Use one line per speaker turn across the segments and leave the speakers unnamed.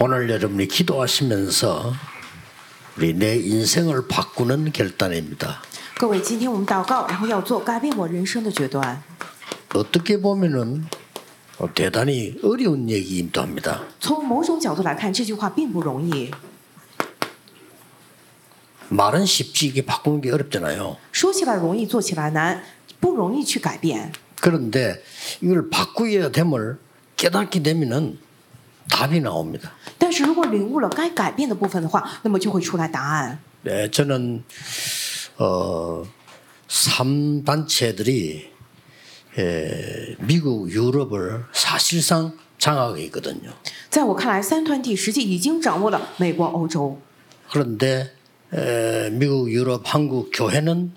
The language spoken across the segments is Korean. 오늘 여러분이 기도하시면서 우리 내 인생을 바꾸는 결단입니다.
各位，今天我们祷告，然后要做改变我人生的决断。
어떻게 보면은 어, 대단히 어려운 얘기이기도 합니다.
从某种角度来看，这句话并不容易。
말은 쉽지 이게 바꾸는 게 어렵잖아요.
说起来容易，做起来难，不容易去改变。
그런데 이걸 바꾸어야 됨을 깨닫게 되면은 답이 나옵니다.
但是如果领悟了该改变的部分的话，那么就会出来答案。
네, 저는 어, 3단체들이 예, 미국, 유럽을 사실상 장악해 있거든요.
在我看来，三团体实际已经掌握了美国、欧洲，
그런데 에, 미국, 유럽, 한국 교회는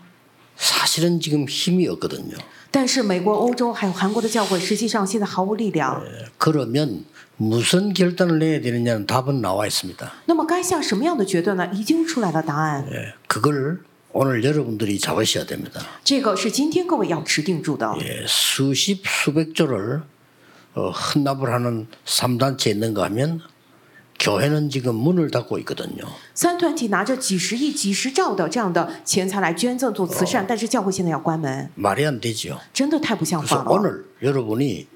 사실은 지금 힘이 없거든요.
但是美国、欧洲还有韩国的教会，实际上现在毫无力量。
그러면 무슨 결단을 내야 되느냐는 답은 나와 있습니다.
那么该下什么样的决断呢？已经出来了答案，
예, 그걸 오늘 여러분들이 잡으셔야 됩니다.
这个是今天各位要持定住的。
예, 수십 수백 조를 어, 헌납을 하는 3단체 있는가 하면 교회는 지금 문을 닫고 있거든요.
三团体拿着几十亿、几十兆的这样的钱财来捐赠做慈善，但是教会现在要关门，
말이 안 되죠.
真的太不像
그래서
话了。
오늘 여러분이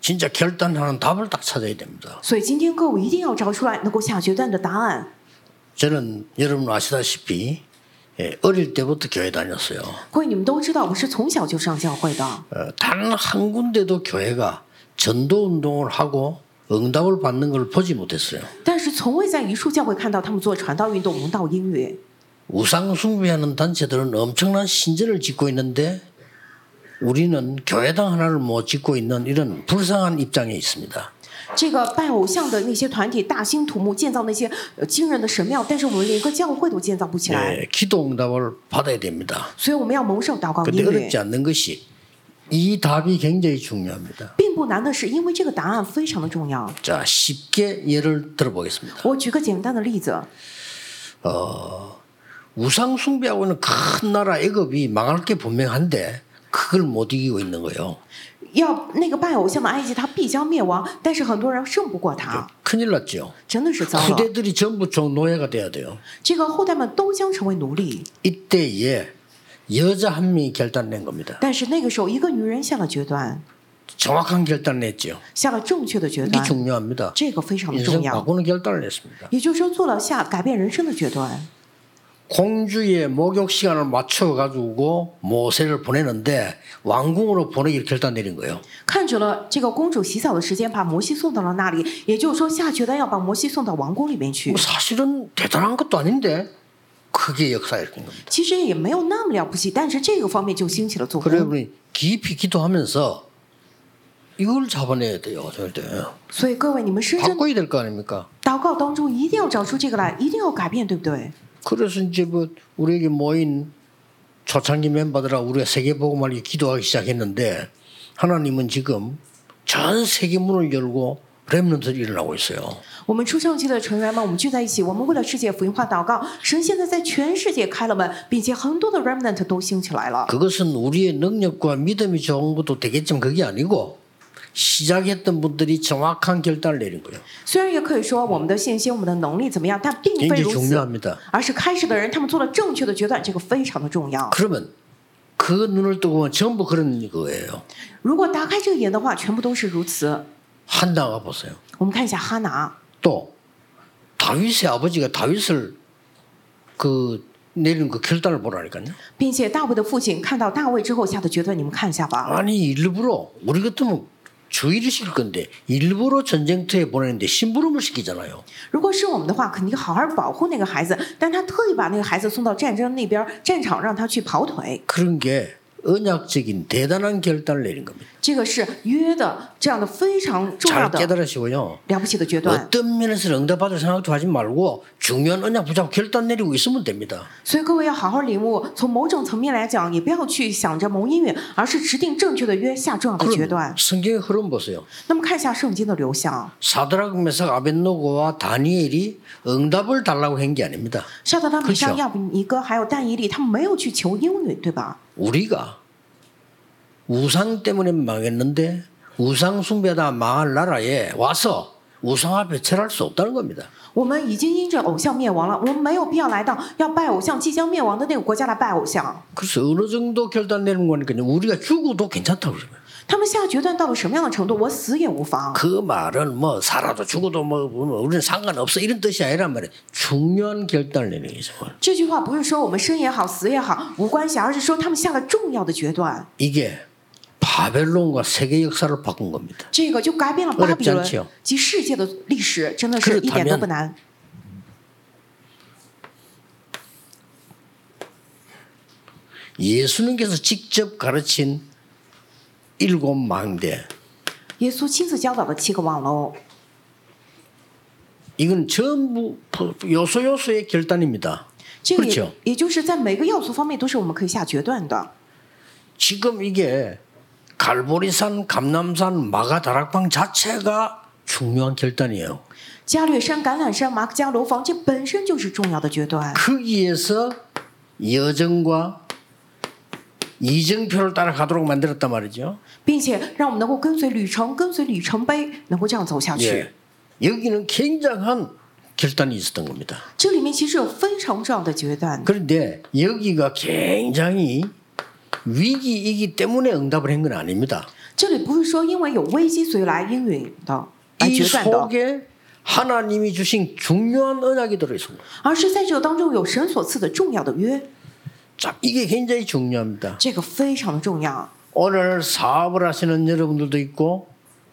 진짜 결단하는 답을 딱 찾아야 됩니다.
所以今天各位一定要找出来能够下决断的答案。
저는 여러분 아시다시피 예, 어릴 때부터 교회 다녔어요.
各位你们都知道，我是从小就上教会的，
단 한 군데도 교회가 전도 운동을 하고 응답을 받는 걸 보지 못했어요.
但是从未在一处教会看到他们做传道运动、蒙道英语。
우상 숭배하는 단체들은 엄청난 신전을 짓고 있는데 우리는 교회당 하나를 못 짓고 있는 이런 불쌍한 입장에 있습니다.
这个拜偶像的那些团体大兴土木，建造那些呃惊人的神庙，但是我们连个教会都建造不起来。
예, 기도 응답을 받아야 됩니다.
所以我们要蒙受祷告
근데
音乐
어렵지 。 않는 것이 이 답이 굉장히 중요합니다.
并不难的是，因为这个答案非常的重要。
자, 쉽게 예를 들어보겠습니다.
我举个简单的例子，
우상 숭배하고는 큰 나라 애굽이 망할 게 분명한데 그걸 못 이기고 있는 거예요.
要那个拜偶像的埃及，他必将灭亡，但是很多人胜不过他，
큰일 났죠.
真的是糟了。
후대들이 전부 종노예가 돼야 돼요.
这个后代们都将成为奴隶，
이때에 여자 한 명이 결단낸 겁니다.
但是那个时候，一个女人下了决断，
정확한 결단을 냈죠.
下了正确的决
이게
断，
네. 중요합니다.
这个非常的
인생
重要。
바꾸는 결단을 냈습니다.
也就是说，做了下改变人生的决断。
공주의 목욕 시간을 맞춰 가지고 모세를 보내는데 왕궁으로 보내기를 결단 내린 거예요.
看准了这个公主洗澡的时间，把摩西送到了那里。也就是说，下决断要把摩西送到王宫里面去
뭐 。 사실은 대단한 것도 아닌데 그게 역사일 겁니다.
其实也没有那么了不起，但是这个方面就兴起了作
그래
风。
우리 깊이 기도하면서 이걸 잡아내야 돼요. 절때
所以各位，你们深深
바꿔야 될 거 아닙니까?
祷告当中一定要找出这个来，一定要改变，对不对？
그래서 이제 뭐 우리에게 모인 초창기 멤버들아 우리가 세계보고만 기도하기 시작했는데 하나님은 지금 전 세계 문을 열고 렘넌트들이 일어나고 있어요.
我们出上期的成员们，我们聚在一起，我们为了世界福音化祷告。神现在在全世界开了门，并且很多的 remnant 都兴起来了。
그것은 우리의 능력과 믿음이 좋은 것도 되겠지만 그게 아니고 시작했던 분들이 정확한 결단을 내린 거예요.
虽然也可以说我们的信心、我们的能力怎么样，但并非
굉장히
如此，
중요합니다.
而是开始的人他们做了正确的决断，这个非常的重要。
그러면 그 눈을 뜨고 보면 전부 그런 거예요.
如果打开这个眼的话，全部都是如此。
한 나가 보세요.
我们看一下哈拿，
또 다윗의 아버지가 다윗을 그 내린 그 결단을 보라니까요.
并且大卫的父亲看到大卫之后下的决断，你们看一下吧。
아니 일부러 우리 같으면 주의를 시킬 건데 일부러 전쟁터에 보내는데 심부름을 시키잖아요.
如果是我们的话，肯定好好保护那个孩子，但他特意把那个孩子送到战争那边战场，让他去跑腿，
그런 게 언약적인 대단한 결단을 내린 겁니다.
这个是约的这样的非常重
잘
要的嗯
깨달으시고요.
了不起的决断。
어떤 면에서 응답받을 생각도 하지 말고 중요한 언약 붙잡고 결단 내리고 있으면 됩니다.
所以各位要好好领悟，从某种层面来讲，也不要去想着蒙音乐，而是制定正确的约，下重要的决
그럼
断。
성경의 흐름 보세요. 那
那么看嗯一下圣经的流向，
사드락 메삭 아벤노고와 다니엘이 응답을 달라고 한 게 아닙니다.
沙特拉米
可以
沙
啊
亚比尼哥还有但以利，他们没有去求英语，对吧？
우리가 우상 때문에 망했는데 우상 숭배다 망할 나라에 와서 우상 앞에 절할 수 없다는 겁니다.
我们已经因着偶像灭亡了，我们没有必要来到要拜偶像、即将灭亡的那个国家来拜偶像。
그래서 어느 정도 결단 내는 거니까 우리가 죽어도 괜찮다고 그러면
他们下决断到了什么样的程度，我死也无妨。
그 말은 뭐 살아도 죽어도 뭐, 뭐 우리는 상관없어 이런 뜻이 아니란 말이에요. 중요한 결단을 내는 거죠.
这句话不是说我们生也好，死也好无关系，而是说他们下了重要的决断。
이게 바벨론과 세계 역사를 바꾼 겁니다.
这个就改变了巴比
어렵지않지요
伦及世界的历史，真的是一点都不难。
예수님께서 직접 가르친 일곱 망대
耶稣亲自教导的七个网楼，
이건 전부 요소 요소의 결단입니다.
这个也
그렇죠.
也就是在每个要素方面都是我们可以下决断的。
지금 이게 갈보리산, 감남산, 마가 다락방 자체가 중요한 결단이에요.
加略山、橄榄山、马可加楼房，这本身就是重要的决断。
거기에서 여정과 이정표를 따라가도록 만들었단 말이죠.
并且让我们能够跟随旅程，跟随里程碑，能够这样走下去。
예. 여기는 굉장한 결단이 있었던 겁니다.
这里面其实有非常重要的决断，
그런데 여기가 굉장히 위기이기 때문에 응답을 한 건 아닙니다.
这里不是说因为有危机所以来应允的，来
이
决断的，
속에 하나님이 주신 중요한 언약이 들어있습니다.
而是在这个当中有神所赐的重要的约，
자, 이게 굉장히 중요합니다.
这个非常的重要。
오늘 사업을 하시는 여러분들도 있고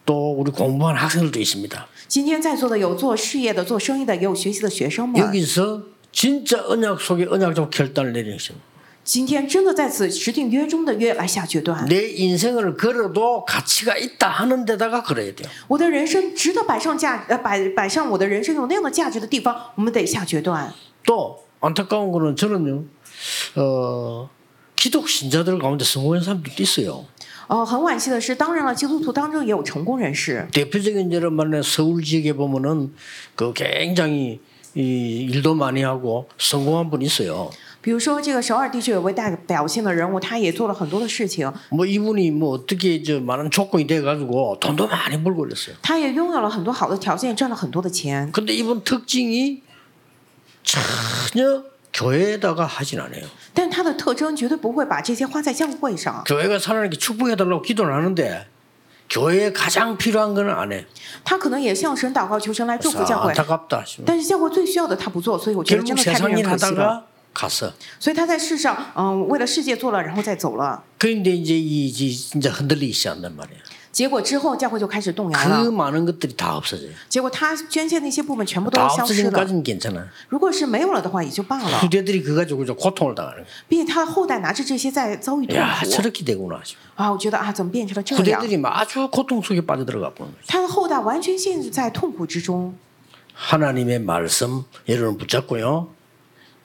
또 우리 공부하는 학생들도 있습니다.
今天在座的有做事业的、做生意的，也有学习的学生们。
여기서 진짜 언약 속에 언약적 결단을 내리는 것입니다.
今天真的在此持定约中的约来下决断。
내 인생을 걸어도 가치가 있다 하는 데다가 걸어야 돼요.
我的人生值得摆上价，呃，摆摆上我的人生有那样的价值的地方，我们得下决断。
또 안타까운 거는 저는요. 어, 기독 신자들 가운데 성공한 사람들도 있어요.
呃，很惋惜的是，当然了，基督徒当中也有成功人士。
대표적인 예를 말해 서울 지역에 보면은 그 굉장히 이 일도 많이 하고 성공한 분이 있어요.
比如说，这个首尔地区有位代表性的人物，他也做了很多的事情，
뭐 이분이 뭐 어떻게 저 많은 조건이 돼가지고 돈도 많이 벌고 그랬어요.
他也拥有了很多好的条件，赚了很多的钱。
근데 이분 특징이 전혀 교회에다가 하진 않아요.
但他的特征绝对不会把这些花在教会上。
교회가 사람에게 축복해달라고 기도를 하는데 교회에 가장 필요한 거는 안 해.
他可能也向神祷告求神来祝福
그래서
教会，
안타깝다 싶어요.
但是教会最需要的他不做，所以我觉得真
결국
的太令
세상 일
人可惜了。
하다가 갔어.
所以他在世上，嗯，为了世界做了，然后再走了。
그런데 이제 이 이제 진짜 흔들리기 시작한단 말이에요.
结果之后教会就开始动摇
그
了。
많은 것들이 다 없어져요.
结果他捐献那些部门全部都
다
消失了。
없어지는까지는 괜찮아.
如果是没有了的话，也就罢了。
후대들이 그거 가지고 이제 고통을 당하는 거예요.
毕竟他的后代拿着这些在遭遇痛
야
苦
저렇게 되구나. 싶어요.
啊，我觉得啊，怎么变成了这样？
후대들이 막 아주 고통 속에 빠져들어가 보는 거예요.
他的后代完全陷在痛苦之中。
하나님의 말씀 여러분 붙잡고요.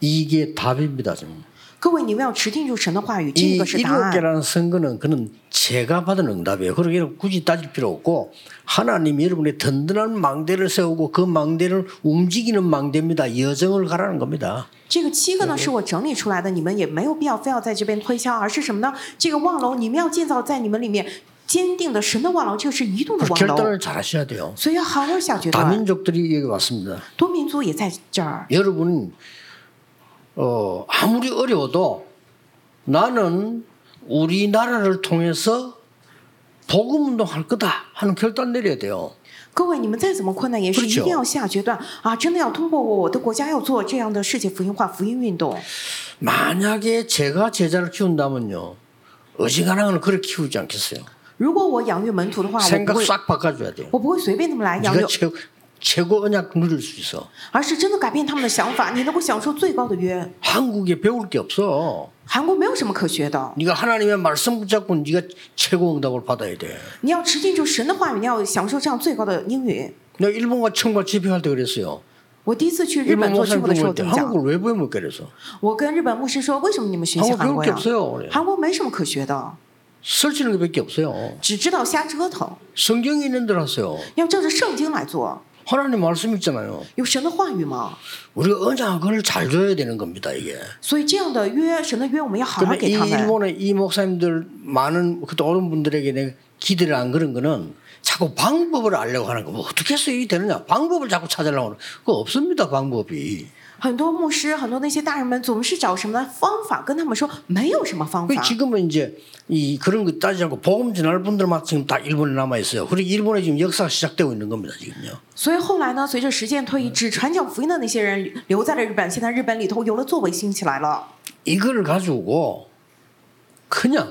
이게 답입니다. 지금.
各位，你们要持定住神的话语，这
이
个是答案。
일곱개라는 선거는 그는 제가 받은 응답이에요. 그러기에 굳이 따질 필요 없고 하나님이 여러분의 든든한 망대를 세우고 그 망대를 움직이는 망대입니다. 여정을 가라는 겁니다.
这个七个呢，是我整理出来的，你们也没有必要非要在这边推销，而是什么呢？这个望楼，你们要建造在你们里面坚定的神的望楼，这个是移动的望楼，
결단을 잘 하셔야 돼요.
所以要好好下决断。
다민족들이 여기 왔습니다.
多民族也在这儿，
여러분 어, 아무리 어려워도 나는 우리나라를 통해서 복음 운동할 거다 하는 결단 내려야 돼요.
各位，你们再怎么困难，也是一
不是
定
久
要下决断啊！真的要通过我我的国家要做这样的世界福音化福音运动。
만약에 제가 제자를 키운다면요. 어지간한 건 그렇게 키우지 않겠어요.
如果我养育门徒的话，我不
생각
会，
싹 바꿔줘야 돼요.
我不会随便那么来养育
네가 ， 최, 최고 언약 누릴 수 있어.
而是真的改变他们的想法，你能够享受最高的约。
한국에 배울 게 없어.
韩国没有什么可学的，
네가 하나님의 말씀 붙잡고 네가 최고 응답을 받아야 돼.
你要持定住神的话语，你要享受这样最高的英语。
내가 일본과 청과 집회할 때 그랬어요.
我第一次去日
일본
本做区
목사님
部的时候，
보고
怎
때
么讲？
한국을 왜 배울 못 그래서
我跟日本牧师说，为什么你们学习韩
한국
国
배울 게
呀？
없어요. 그래요.
韩国没什么可学的，
설치는 게밖에 없어요.
只知道瞎折腾，
성경에 있는 대로 하세요.
要照着圣经来做，
하나님 말씀 있잖아요.
有神的话语吗？
우리가 언약을 잘 줘야 되는 겁니다. 이게.
所以这样的约，神的约，我们要好好
근데
给
이
他们。
일본의 이 목사님들 많은 그때 오른 분들에게 내가 기대를 안 그런 거는 자꾸 방법을 알려고 하는 거. 뭐 어떻게 해서 이게 되느냐? 방법을 자꾸 찾으려고 하는 거. 그거 없습니다, 방법이.
很多牧师，很多那些大人们总是找什么方法，跟他们说没有什么方
그
法。
지금은 이제 이 그런 거 따지지 않고 복음 전할 분들만 지금 다 일본에 남아 있어요. 그리고 일본에 지금 역사가 시작되고 있는 겁니다, 지금요.
所以后来呢，随着时间推移，只传讲福音的那些人留在了日本，现在日本里头有了作为兴起来了。
이걸 가지고 그냥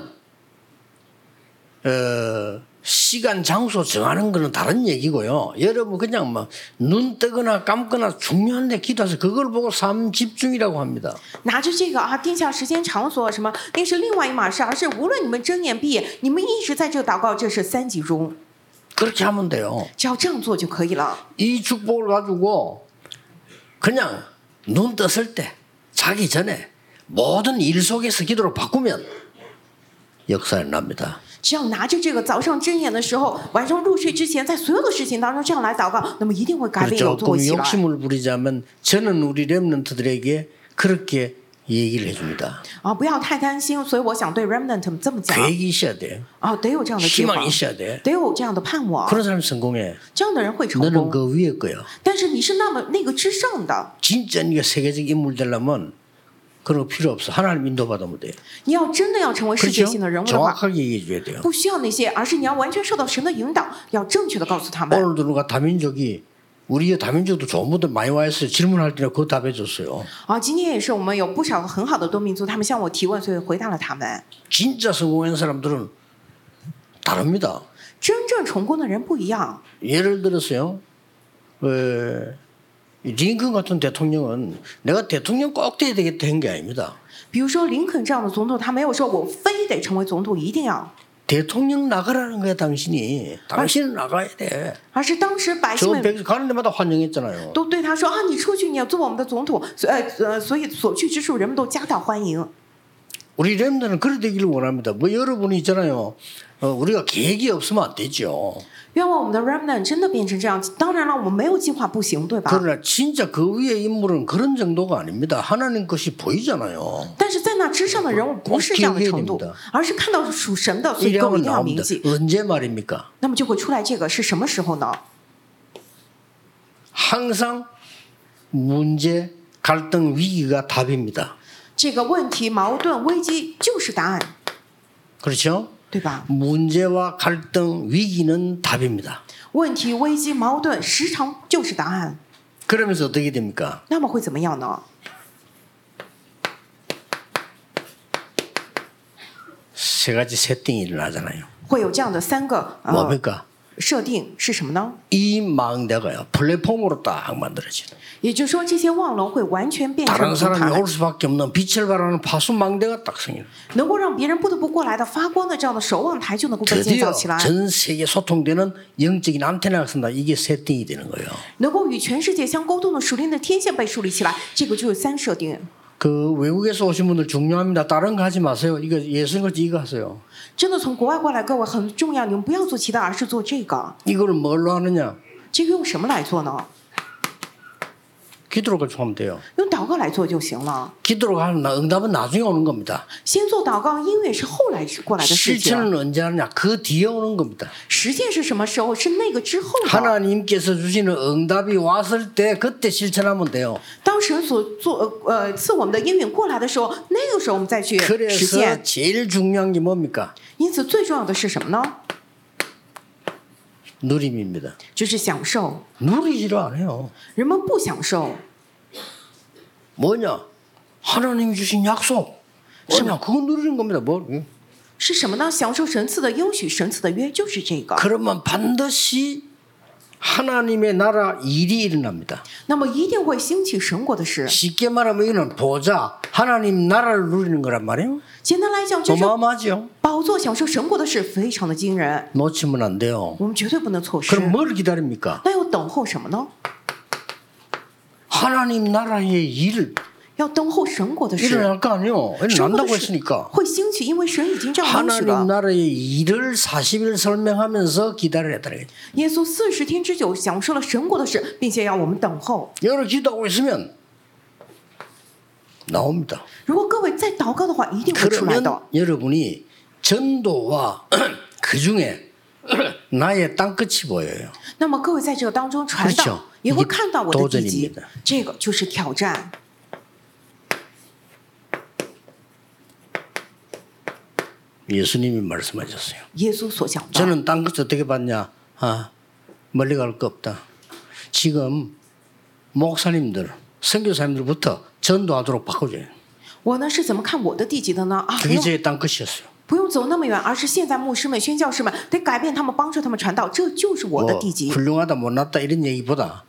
어, 시간 장소 정하는 거는 다른 얘기고요. 여러분 그냥 막 눈 뜨거나 감거나 중요한데 기도해서 그걸 보고 삶 집중이라고 합니다.
拿着这个啊，定下时间、场所什么，那是另外一码事。而是无论你们睁眼闭眼，你们一直在这祷告，这是三级中，
그렇게 하면 돼요.
只要这样做就可以了。
이 축복을 가지고 그냥 눈 떴을 때 자기 전에 모든 일 속에서 기도로 바꾸면 역사에 납니다.
只要拿着这个，早上睁眼的时候，晚上入睡之前，在所有的事情当中这样来祷告，那么一定会改变有
그리고
作
조금
为起来。
욕심을 부리자면 저는 우리 렘넌트들에게 그렇게 얘기를 해줍니다.
啊，不要太担心。所以我想对 Remnant 这么讲，
계획이 있어야 돼.
啊，得有这样的计划，
희망이 있어야 돼.
得有这样的盼望，
그런 사람 성공해.
这样的人会成
너는
功。
아. 그 위에 거야.
但是你是那么那个之上的，
진짜 네가 세계적 인물 되려면 그런 거 필요 없어. 하나님 인도받으면 돼.
你要真的要成为世界
그렇죠?
性的人物的话，
정확하게 얘기해 줘야 돼요.
不需要那些，而是你要完全受到神的引导，要正确的告诉他们。
오늘도 누가 다민족이 우리 다민족도 좋은 분들 많이 와 있어요. 질문할 때는 그거 답해 줬어요.
啊，今天也是我们有不少很好的多民族，他们向我提问，所以回答了他们。
진짜 성공한 사람들은 다릅니다.
真正成功的人不一样，
예를 들어서요. 에, 링컨 같은 대통령은 내가 대통령 꼭 돼야 되겠다 한 게 아닙니다.
比如说林肯这样的总统，他没有说我非得成为总统，一定要，
대통령 나가라는 거야 당신이. 당신은 나가야 돼.
而是当时百姓
저
们
백수 가는 데마다 환영했잖아요.
都对他说啊，你出去，你要做我们的总统，所呃呃，所以所去之处，人们都夹道欢迎。
우리 렘들은 그래 되기를 원합니다. 뭐 여러분이 있잖아요. 어, 우리가 계획이 없으면 안 되죠.
愿望我们的 Remnant 真的变成这样。当然了，我们没有计划不行，对吧？
그러나 진짜 그 위의 인물은 그런 정도가 아닙니다. 하나님 것이 보이잖아요.
但是在那之上的人物不是这样的程
光听
度
黑你们的，
而是看到属神的，所以跟
이러면
我一定要铭
나옵니다.
记。
언제 말입니까?
那么就会出来这个是什么时候呢？
항상 문제, 갈등, 위기가 답입니다.
这个问题、矛盾、危机就是答案，
그렇죠?
对吧？
문제와 갈등, 위기는 답입니다.
问题、危机、矛盾时常就是答案，
그러면서 어떻게 됩니까?
那么会怎么样呢？
세 가지 세팅이 일어나잖아요.
会有这样的三个呃
뭡니까?
设定是什么呢？
이 망대가요. 플랫폼으로 딱 만들어지는.
也就是说，这些望楼会完全变成
다른
平
사람이
台
올 ， 수밖에 없는 빛을 발하는 파수 망대가 딱 생겨요.
能够让别人不得不过来的发光的这样的守望台就能够被建
드디어
造起来，
전 세계 소통되는 영적인 안테나가 쓴다. 이게 세팅이 되는 거예요.
能够与全世界相沟通的属灵的天线被树立起来，这个就是三设定。
그 외국에서 오신 분들 중요합니다. 다른 거 하지 마세요. 이거 예수님 같이 이거 하세요.
真的从国外过来，各位很重要，你们不要做其他，而是做这个。
이거를 뭘로 하느냐?
这个用什么来做呢？
기도로 가지고 하면 돼요.
用祷告来做就行了。
기도로 하는 나- 응답은 나중에 오는 겁니다.
先做祷告，音乐是后来过来的事情。
실천은 언제 하느냐? 그 뒤에 오는 겁니다.
实践是什么时候？是那个之后
그러니까.
的。
하나님께서 주시는 응답이 왔을 때 그때 실천하면 돼요.
当神所做呃呃赐我们的应允过来的时候，那个时候我们再去
네,
实
그래서
现。
제일 중요한 게 뭡니까?
因此，最重要的是什么呢？
누림입니다.
就是享受。
누리지를 않아요.
人们不享受，
뭐냐? 하나님이 주신 약속. 뭐냐? 그건 누리는 겁니다. 뭐 응.
是什么呢？享受神赐的应许，神赐的约就是这个。
그러면 반드시 하나님의 나라 일이 일어납니다.
那么一定会兴起神国的事。
쉽게 말하면 이거는 보자 하나님 나라를 누리는 거란 말이에요.
简单来讲，这是
어마어마하죠.
宝座享受神国的事，非常的惊人，
놓치면 안 돼요.
我们绝对不能错失。
그럼 뭘 기다립니까?
那要等候什么呢？
하나님 나라의 일
要等候神国的事。
일어날 거 아니에요.
神国
일어난다고
的事
했으니까.
会兴起，因为神已经这样应许
하나님
了。
나라의 일을 40일 설명하면서 기다려야 되는 거죠.
耶稣四十天之久享受了神国的事，并且要我们等候。
여러 기도하고 있으면 나옵니다.
如果各位再祷告的话，一定会出来
그러면
的。
여러분이 전도와 그 중에 나의 땅끝이 보여요.
那么各位在这个当中传
그렇죠
道，也会看到我的自己
도전입니다. ，
这个就是挑战。
예수님이 말씀하셨어요.
耶稣所讲的，
저는 땅끝 어떻게 봤냐? 아, 멀리 갈 거 없다. 지금 목사님들, 선교사님들부터 전도하도록 바꿔줘요.
我呢是怎么看我的地级的呢？啊，不
그게
用
제 땅끝이었어요.
不用走那么远，而是现在牧师们、宣教士们得改变他们，帮助他们传道，这就是
뭐
我的地级。
훌륭하다 못났다 이런 얘기보다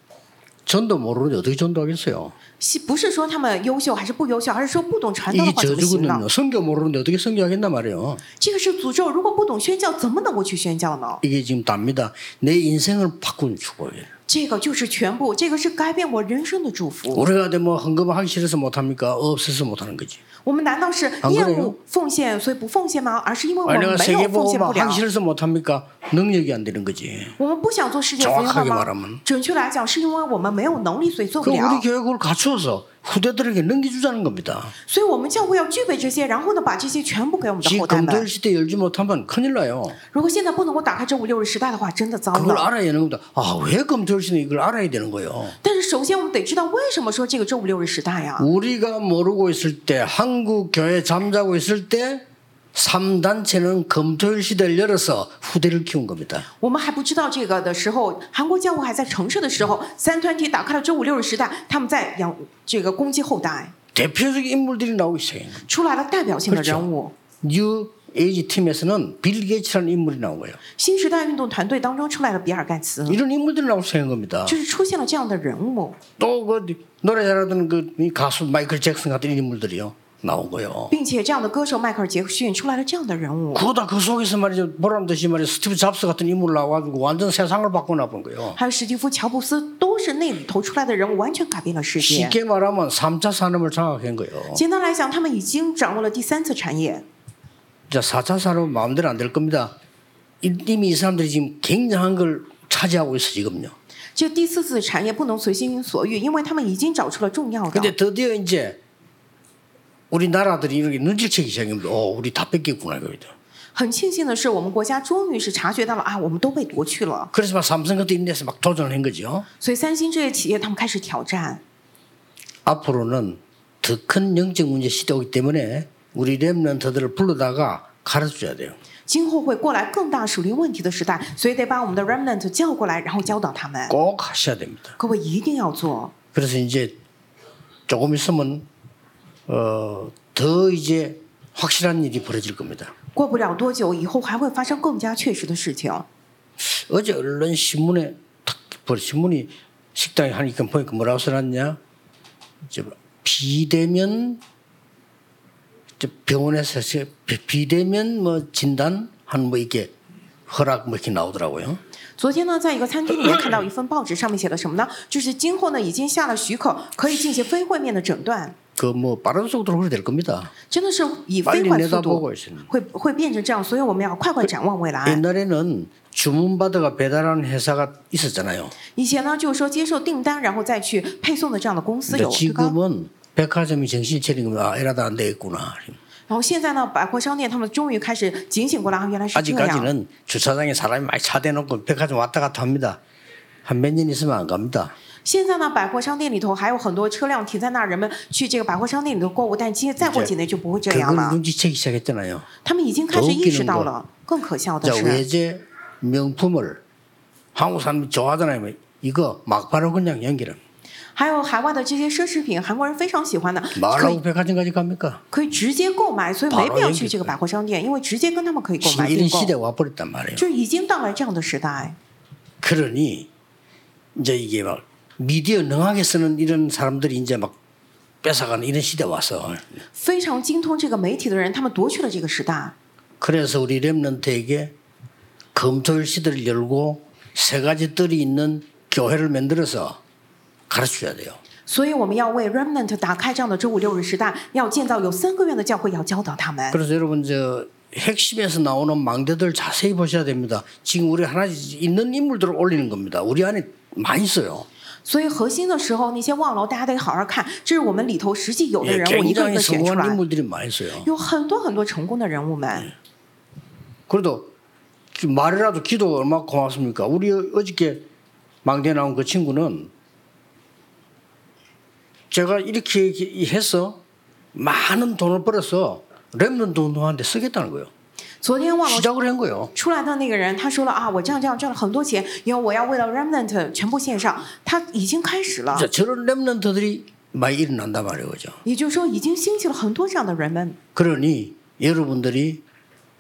전도 모르는데 어떻게 전도하겠어요?
是不是说他们优秀还是不优秀，而是说不懂传道的
이
话怎么行呢？
저주군은요. 성교 모르는데 어떻게 성교하겠나 말이에요.
这个是诅咒，如果不懂宣教，怎么能够去宣教呢？
이게 지금 답니다. 내 인생을 바꾼 축복이에요.
这个就是全部，这个是改变我人生的祝福。
우리가 근데 뭐 헌금하기 싫어서 못합니까? 없어서 못하는 거지.
我们难道是
안
厌
그래요
恶奉献，所以不奉献吗？而是因为我
아니
们
내가
没有奉献不
세계보고만
了
하기 。 싫어서 못합니까? 능력이 안 되는 거지.
我们不想做世界福音
정확하게
了
말하면
吗？准确来讲，是因为我们没有能力，所以做不
그
了
우리 。 교육을 갖추어서 후대들에게 넘겨주자는 겁니다.
所以我们教会要具备这些，然后呢，把这些全部给我们的
지금
后代们。
금토일 시대 열지 못하면 큰일 나요.
如果现在不能够打开这五六十时代的话，真的糟
그걸
了。
알아야 되는 겁니다. 아, 왜 금토일 시대 이걸 알아야 되는 거예요?
但是首先我们得知道为什么说这个周五六日时代呀？
우리가 모르고 있을 때 한국 교회 잠자고 있을 때 3단체는 금토일 시대를 열어서 후대를 키운 겁니다.
我们还不知道这个的时候，韩国教会还在城市的时候，三团体打开了周五六日时代，他们在养这个攻击后代，
대표적인 인물들이 나오기 시작해요.
出来了代表性的
그렇죠
人物。
뉴 에이지 팀에서는 빌 게이츠라는 인물이 나온 거예요.
新时代运动团队当中出来了比尔盖茨，
이런 인물들이 나오기 시작한 겁니다.
就是出现了这样的人物，
또 그 노래 잘하던 그이 가수 마이클 잭슨 같은 인물들이요 나오고요.
并且这样的歌手迈克尔·杰克逊出来了这样的人物。
그러다 그 속에서 말이죠 보람듯이 말이죠 스티브 잡스 같은 인물 나와가지고 완전 세상을 바꿔놔본 거예요.
还有史蒂夫·乔布斯都是那里头出来的人物，完全改变了世界。
쉽게 말하면 3차 산업을 장악한 거예요.
简单来讲，他们已经掌握了第三次产业。
자, 4차 산업은 마음대로 안 될 겁니다. 이- 이미 이 사람들이 지금 굉장한 걸 차지하고 있어 지금요.
这第四次产业不能随心所欲，因为他们已经找出了重要的。
근데 드디어 이제 우리 나라들이 이렇게 눈치채기 시작합니다. 오, 우리 다 뺏겼구나 이거죠.
很庆幸的是，我们国家终于是察觉到了啊，我们都被夺去了。
그래서 막 삼성 같은 인데서 막 도전을 한 거죠.
所以三星这些企业，他们开始挑战。
앞으로는 더 큰 영적 문제 시대 오기 때문에 우리 렘런트들을 불러다가 가르쳐줘야 돼요.
今后会过来更大属灵问题的时代，所以得把我们的 remnant 叫过来，然后教导他们。
꼭 하셔야 됩니다.
各位一定要做。
그래서 이제 조금 있으면 어, 더 이제 확실한 일이 벌어질 겁니다.
过不了多久，以后还会发生更加确实的事情。
어제 언론 신문에 탁 벌- 신문이 식당에 하니까 보니까 뭐라고 써놨냐? 이제 비대면 이제 병원에서 시- 비- 비대면 뭐 진단 한뭐 이게 허락 뭐 이렇게 나오더라고요.
昨天呢，在一个餐厅里面看到一份报纸，上面写的什么呢？就是今后呢已经下了许可，可以进行非会面的诊断。
그 뭐 빠른 속도로 그렇게 될 겁니다.
真的是以飞
빨리
快速
내다보고
度
있습니다.
会会变成这样，所以我们要快快展望未来。
옛날에는 주문받아가 배달하는 회사가 있었잖아요.
以前呢，就是说接受订单然后再去配送的这样的公司
근데
有，对吧？
지금은 백화점이 정신 차린 겁니다. 아, 이러다 안 되겠구나.
然后现在呢，百货商店他们终于开始警醒过来，啊，原来是这样。
아직까지는 주차장에 사람이 많이 차대놓고 백화점 왔다 갔다 합니다. 한 몇 년 있으면 안 갑니다.
现在呢，百货商店里头还有很多车辆停在那儿，人们去这个百货商店里头购物，但其实再过几年就不会这
그걸
样了。
눈치채기 시작했잖아요.
他们已经开始意识到
더
了。更可笑的
자
是，
외제 명품을 한국 사람이 좋아하잖아요. 뭐 이거 막바로 그냥 연기를.
还有啊海外的这些奢侈品，韩国人非常喜欢的，可以
말하고 백화점까지 갑니까?
可以直接购买，所以没必
바로
要
연
去
결
这个
돼
百货商店，因为直接跟他们可以购买
이런
订购。
시대가 와버렸단 말이에요.
就已经到了这样的时代，
그러니 이제 이게 막 미디어 능하게 쓰는 이런 사람들이 이제 막 뺏어가는 이런 시대 와서
非常精通这个媒体的人，他们夺去了这个时代。
그래서 우리 렘넌트에게 검토일 시대를 열고 세 가지 뜰이 있는 교회를 만들어서 가르쳐줘야 돼요.
所以我们要为 Remnant 打开这样的周五六日时代，要建造有三个月的教会，要教导他们。
그래서 여러분 저 핵심에서 나오는 망대들 자세히 보셔야 됩니다. 지금 우리 하나 있는 인물들을 올리는 겁니다. 우리 안에 많이 있어요.
所以核心的时候，那些望楼大家得好好看，这是我们里头实际有的
예,
人物一个
굉장히
一个选出
성공한
来，
인물들이 많이 있어요.
嗯有很多很多成功的人物们。
그래도 말이라도 기도 얼마나 고맙습니까? 우리 어저께 망대 나온 그 친구는 제가 이렇게 얘기- 해서 많은 돈을 벌어서 랩는 운동한테 쓰겠다는 거예요.
昨天望楼
시작을 한 거예요.
出来的那个人，他说了啊，我这样这样赚了很多钱，因为我要为了 Remnant 全部献上，他已经开始了，
이제 저런 랩런트들이 많이 일어난단 말이에요. 그죠?
也就是说已经兴起了很多这样的人们。
그러니 여러분들이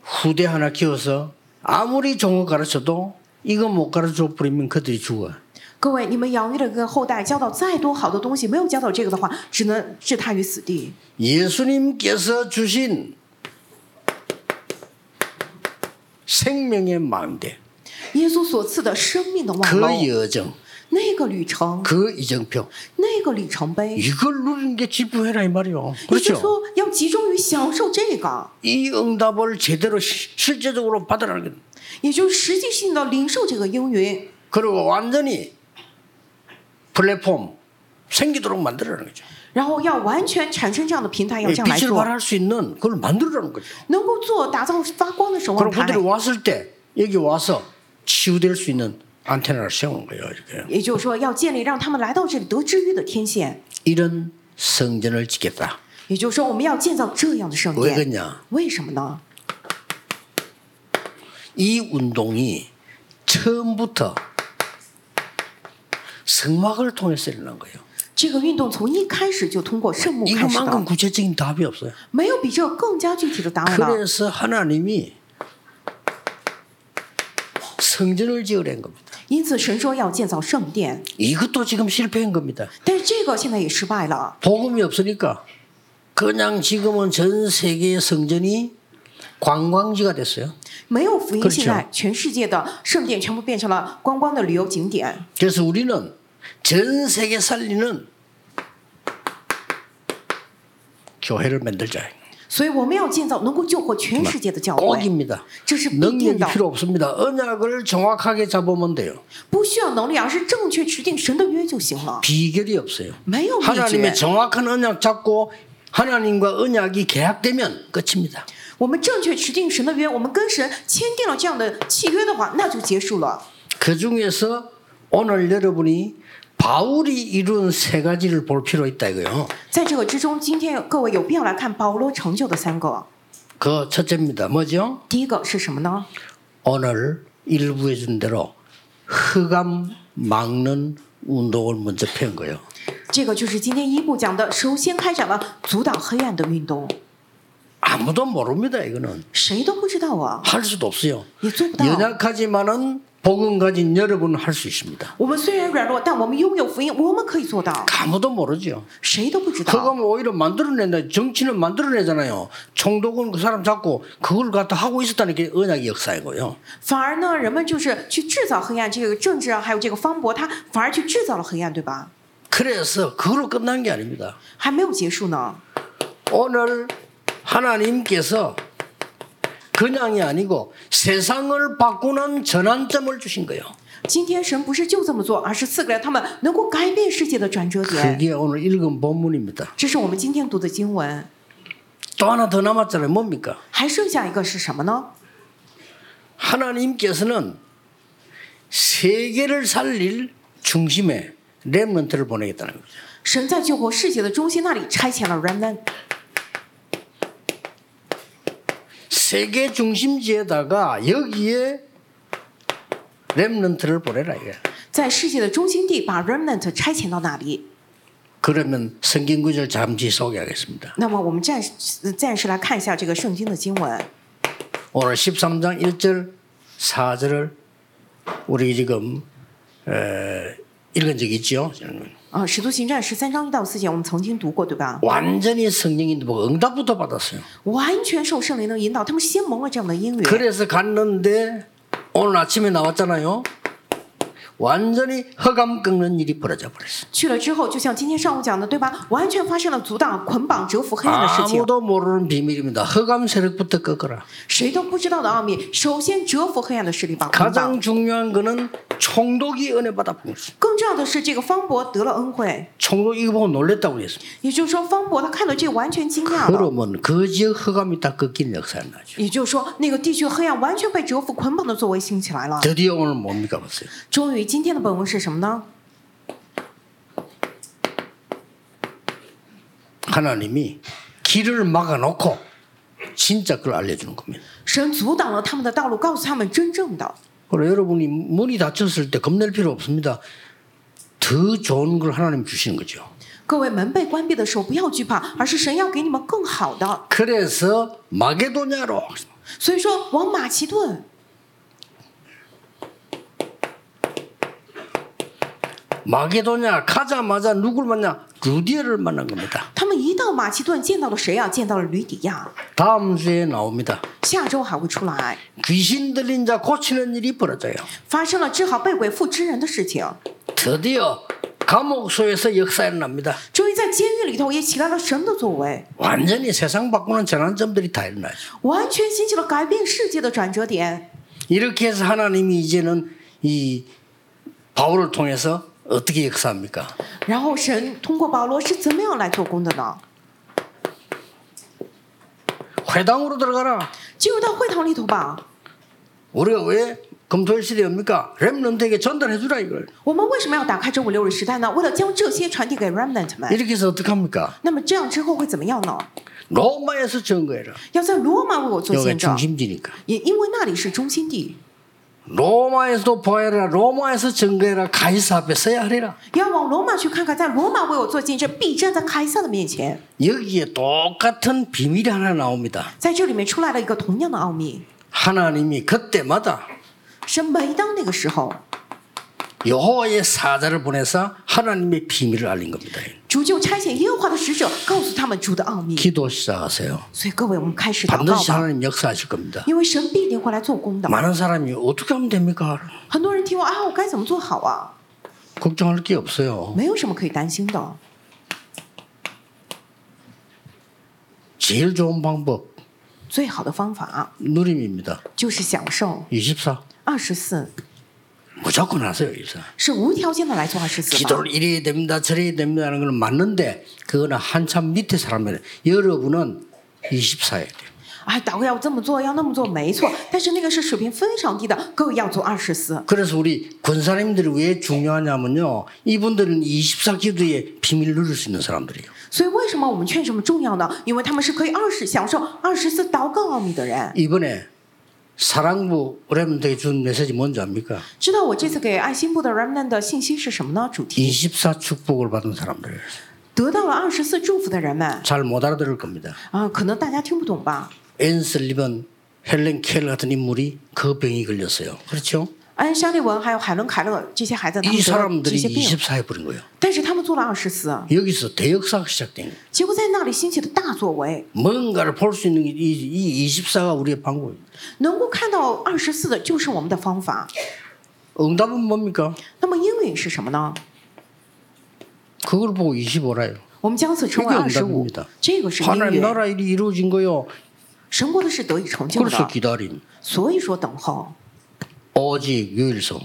후대 하나 키워서 아무리 종을 가르쳐도 이거 못 가르쳐 버리면 그들이 죽어요.
各位，你们养育了个后代，教导再多好的东西，没有教导这个的话，只能置他于死地。
예수님께서 주신 생명의 망대,
耶稣所赐的生命的望
그
楼，
여정,
那个旅程，
그 이정표
那个里程碑，
이걸 누리는 게 지부해라 이 말이요.
也就是
그렇죠?
说要集中于享受这个，
이 응답을 제대로 시- 실제적으로 받으라는 거예요.
也就是实际性的领受这个应允，
그리고 완전히 플랫폼 생기도록 만들라는 거죠.
然后要完全产生这样的平台，要
이
这样来
빛을
做，
발할 수 있는 그걸 만들라는 거죠.
能够做打造发光的守望
그럼 그들이
台。
왔을 때 여기 와서 치유될 수 있는 안테나를 세우는 거예요. 이렇게.
也就是说，要建立让他们来到这里得知遇的天线。
이런 성전을 짓겠다.
也就是说，我们要建造这样的圣
왜
殿。
그냐?
为什么呢？
이 운동이 처음부터 성막을 통해서 일어난 거예요.
这个运动从一开始就通过圣幕开始
이것만큼
的，
구체적인 답이 없어요.
没有比这更加具体的答案了。
그래서 하나님이 성전을 지으려는 겁니다.
因此，神说要建造圣殿，
이것도 지금 실패한 겁니다.
但是这个现在也失败了。
복음이 없으니까 그냥 지금은 전 세계의 성전이 관광지가 됐어요.
没有福音，
그렇죠
现在全世界的圣殿全部变成了观光的旅游景点。
그래서 우리는 전 세계 살리는 교회를 만들자.
所以我们要建造能够救活全世界的教会，
꼭입니다.
这是必定
능력이
的，
필요 없습니다. 언약을 정확하게 잡으면 돼요.
不需要能力，而是正确持定神的约就行了，
비결이 없어요.
没有秘
하나님의
诀。
정확한 언약 잡고 하나님과 언약이 계약되면 끝입니다.
我们正确持定神的约，我们跟神签订了这样的契约的话，那就结束了。
그 중에서 오늘 여러분이 바울이 이룬 세 가지를 볼 필요 있다 이거요.
在这个之中，今天各位有必要来看保罗成就的三个。
그 첫째입니다. 뭐죠?
第一个是什么呢？
오늘 일부해 준 대로 흑암 막는 운동을 먼저 펴는 거예요.
这个就是今天一部讲的，首先开展了阻挡黑暗的运动，
아무도 모릅니다. 이거는
谁都不知道啊，
할 수도 없어요.
也做不到。
연약하지만은 복음 가진 여러분은 할 수 있습니다.
我们虽然软弱，但我们拥有福音，我们可以做到，
아무도 모르죠.
谁都不知道。
흑암을 오히려 만들어낸다. 정치는 만들어내잖아요. 총독은 그 사람 잡고 그걸 갖다 하고 있었다는 게 언약의 역사이고요.
反而呢，人们就是去制造黑暗，这个政治啊，还有这个方博，他反而去制造了黑暗，对吧？
그래서 그걸로 끝난 게 아닙니다.
还没有结束呢。
오늘 하나님께서 그냥이 아니고 세상을 바꾸는 전환점을 주신 거예요.
今天神不是就这么做，而是赐给了他们能够改变世界的转折点。
그게 오늘 읽은 본문입니다.
这是我们今天读的经文。
또 하나 더 남았잖아요. 뭡니까?
还剩下一个是什么呢？
하나님께서는 세계를 살릴 중심에 렘넌트를 보내겠다는 거죠.
神在救活世界的中心那里差遣了 remnant，
세계 중심지에다가 여기에 렘넌트를 보내라 이게.
在世界的中心地把 remnant 差遣到那里。
그러면 성경 구절 잠시 소개하겠습니다.
那么我们暂时呃暂时来看一下这个圣经的经文。
오늘 13장 1절 4절을 우리 지금 에, 읽은 적이 있죠.
啊，《使徒行传》十三章一到四节，我们曾经读过，对吧？
완전히 성령인데 뭐 응답부터 받았어요.
完全受圣灵的引导，他们先蒙了这样的应允。
그래서 갔는데 오늘 아침에 나왔잖아요. 완전히 허감 꺾는 일이 벌어져 버렸어요.
去了之后，就像今天上午讲的，对吧？完全发生了阻挡、捆绑、折服黑暗的事情，
아무도 모르는 비밀입니다. 허감 세력부터 꺾어라.
谁都不知道的奥秘。首先折服黑暗的势力吧，捆绑。
가장 중요한 거는 총독이 은혜 받아 버렸어요.
更重要的是，这个方伯得了恩惠，
총독 이거 보고 놀랬다고 그랬어요.
也就是说，方伯他看到这个完全惊讶了。
그러면 그 지역 허감이 다 꺾인 역사가 나죠.
也就是说，那个地区黑暗完全被折服捆绑的作为兴起来了。
드디어 오늘 뭡니까 보세요.
终于，今天的本文是什么呢？
하나님이 길을 막아놓고 진짜 그걸 알려주는 겁니다.
神阻挡了他们的道路，告诉他们真正的。
그리고 여러분이 문이 닫혔을 때 겁낼 필요 없습니다. 더 좋은 걸 하나님 주시는 거죠.
各位，门被关闭的时候不要惧怕，而是神要给你们更好的。
그래서 마게도냐로
所以说，往马其顿，
마게도냐 가자마자 누굴 만나 루디엘을 만난 겁니다.
他们一到马其顿见到了谁啊？见到了吕底亚，
다음 주에 나옵니다.
下周还会出来。
귀신 들린 자 고치는 일이 벌어져요.
发生了治好被鬼附之人的事情，
드디어 감옥소에서 역사 일어납니다.
终于在监狱里头也起来了神的作为，
완전히 세상 바꾸는 전환점들이 다 일어나죠.
完全兴起了改变世界的转折点。
이렇게 해서 하나님이 이제는 이 바울을 통해서 어떻게 역사합니까?
然后神通过保罗是怎么样来做工的呢？
회당으로 들어가라.
进入到会堂里头吧。
우리가 왜 금토일 시대입니까? 렘넌트에게 전달해 주라 이걸.
我们为什么要打开这五六日时代呢？为了将这些传递给 remnant 们。
이렇게 해서 어떻게 합니까?
那么这样之后会怎么样呢？
로마에서 증거해라.
要在罗马为我做
여기가
见证，
중심지니까.
也因为那里是中心地，
로마에서도 보아라. 로마에서 증거해라. 가이사 앞에 서야 하리라.
要往罗马去看看，在罗马为我做见证，必站在凯撒的面前。
여기에 똑같은 비밀이 하나 나옵니다.
在这里面出来了一个同样的奥秘，
하나님이 그때마다
神每当那个时候，
여호와의 사자를 보내서 하나님의 비밀을 알린 겁니다.
主就差遣耶和华的使者告诉他们主的奥秘。
기도 시작하세요.
所以各位，我们开始祷告
반드시
吧，
하나님 역사하실 겁니다.
因为神必定会来做工的。
많은 사람이 어떻게 하면 됩니까?
很多人听我啊，我该怎么做好啊？
걱정할 게 없어요.
没有什么可以担心的。
제일 좋은 방법
最好的方法啊
누림입니다.
就是享受。
24.
二十四
무조건 하세요. 24.
是无条件的来做二十四吧？
기도를 이래야 됩니다. 저래야 됩니다. 하는 건 맞는데 그거는 한참 밑에 사람이에요. 여러분은 24예요.
哎，祷告要这么做，要那么做，没错。但是那个是水平非常低的，各位要做二十四。
그래서 우리 권사님들이 왜 중요하냐면요. 이분들은 24 기도의 비밀을 누릴 수 있는 사람들이에요.
所以为什么我们劝什么重要呢？因为他们是可以二十享受二十四祷告奥秘的人。
이번에 사랑부 오랜만에 준 메시지 뭔지 압니까?
知道我这次给爱心部的 Remnant 的信息是什么呢？主题
24 축복을 받은 사람들
得到了二十四祝福的人们
잘 못 알아들을 겁니다.
啊，可能大家听不懂吧？
앤 슬리번, 헬렌 켈 같은 인물이 그 병이 걸렸어요. 그렇죠?
安沙利文还有海伦凯勒这些孩子，他
이
们得了这
사람들이
些病，
24해 버린 거예요.
但是他们做了二十四，
여기서 대역사가 시작된 거예요.
结果在那里兴起的大作为，
뭔가를 볼 수 있는 이, 이 24가 우리의 방법입니다.
能够看到二十四的就是我们的方法。
응답은 뭡니까?
那么英语是什么呢？
그걸 보고 25라요.
我们将此称为
这个很
二
大
十
的目
五
的，
这个是英
하나님
语。
나라 일이 이루어진 거요.
神国的是得以成就
그래서
的，
기다림.
所以说等候，
오직 유일성.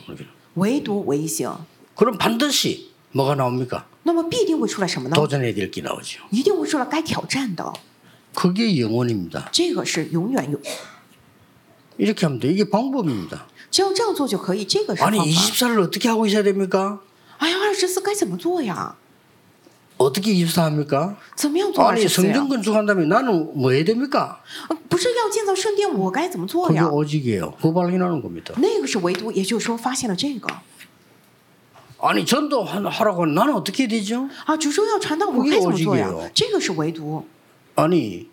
唯独唯行。
그럼 반드시 뭐가 나옵니까?
那么必定会出来什么呢？
도전해야 될 게 나오죠.
一定会出来该挑战的，
그게 영혼입니다.
这个是永远有，
이렇게 하면 돼요. 이게 방법입니다.
只要这样做就可以。这个是方
아니
法。
24를 어떻게 하고 있어야 됩니까?
哎呀，二十四该怎么做呀？
어떻게 24 합니까?
怎么样做二
아니
十四呀
성전 건축한 다음에 나는 뭐 해야 됩니까?
呃不是要建造圣殿，我该怎么做
그게
呀？
오직이에요. 그 발견하는 겁니다.
那个是唯独，也就是说发现了这个
아니 전도 하- 하라고 하면 나는 어떻게 해야 되죠?
啊，主说要传道，我
不是
该怎么做呀
我这个有？
这个是唯独，
아니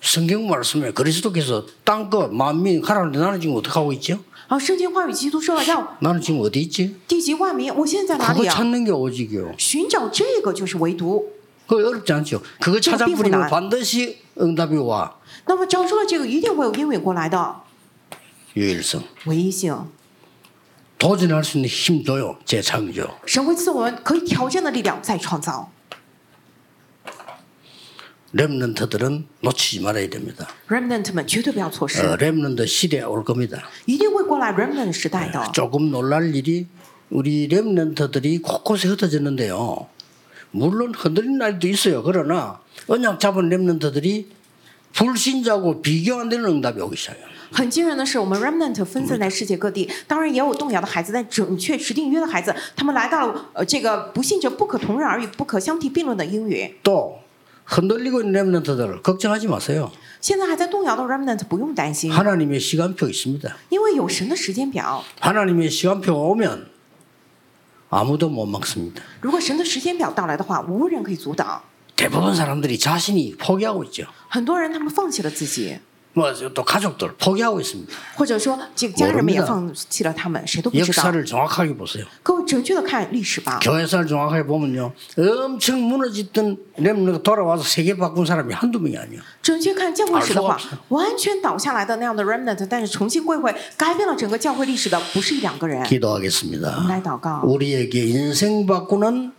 성경 말씀에 그리스도께서 땅끝 만민 가라는데 나는 지금 어떻게 하고 있죠?
啊，圣经话语基督说了要
나는 지금 어디 있지?
地极万民，我现在在哪
그거
里啊？
찾는 게 오직이요.
寻找这个就是唯独。
그 어렵지 않죠. 그거 찾아버리면
삐부나.
반드시 응답이 와.
那么找出了这个，一定会有应允过来的。
유일성.
唯一性，
도전할 수 있는 힘 줘요. 재창조.
神会赐我们可以挑战的力量，再创造。
렘넌트들은 놓치지 말아야 됩니다.
Remnant 们绝对不要错
呃
失，
어, 렘넌트 시대에 올 겁니다. 哎
一定会过来 Remnant 时代的。
조금 놀랄 일이 우리 렘넌트들이 곳곳에 흩어졌는데요. 물론 흔들린 날도 있어요. 그러나 언약 잡은 렘넌트들이 불신자고 비교 안 되는 응답이 오기 시작해요.
很惊人的是，我们 remnant 分散在世界各地，当然也有动摇的孩子，但准确持定约的孩子，他们来到了呃这个不信者不可同日而语、不可相提并论的英语。
또 흔들리고 있는 렘넌트들 걱정하지 마세요.
现在还在动摇的 remnant 不用担心，
하나님의 시간표 있습니다.
因为有神的时间表。
하나님의 시간표가 오면 아무도 못 막습니다.
如果神的时间表到来的话，无人可以阻挡。
대부분 사람들이 자신이 포기하고 있죠.
很多人他们放弃了自己，
뭐 또 가족들 포기하고 있습니다.
或者说这个家人们也
我都
放弃了他们，谁都不知道。
역사를 정확하게 보세요.
各位准确的看历史吧，
교회사를 정확하게 보면요. 엄청 무너졌던 렘넌트 돌아와서 세계 바꾼 사람이 한두 명이 아니에요.
准确看教会史的
二
话
十多，
完全倒下来的那样的 remnant，但是重新归回，改变了整个教会历史的不是一两个人。
기도하겠습니다.
我们来祷告，
우리에게 인생 바꾸는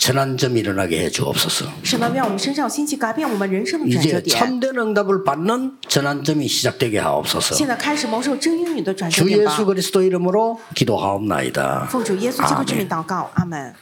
전환점 일어나게 해 주옵소서.
神呢，愿我们身上兴起改变我们人生的转折
이제
点。
참된 응답을 받는 전환점이 시작되게 하옵소서.
现在开始蒙受真英语的转折
주
点吧
예수 。 그리스도 이름으로 기도하옵나이다.
奉主耶稣基督之
아멘.
名祷告，阿门。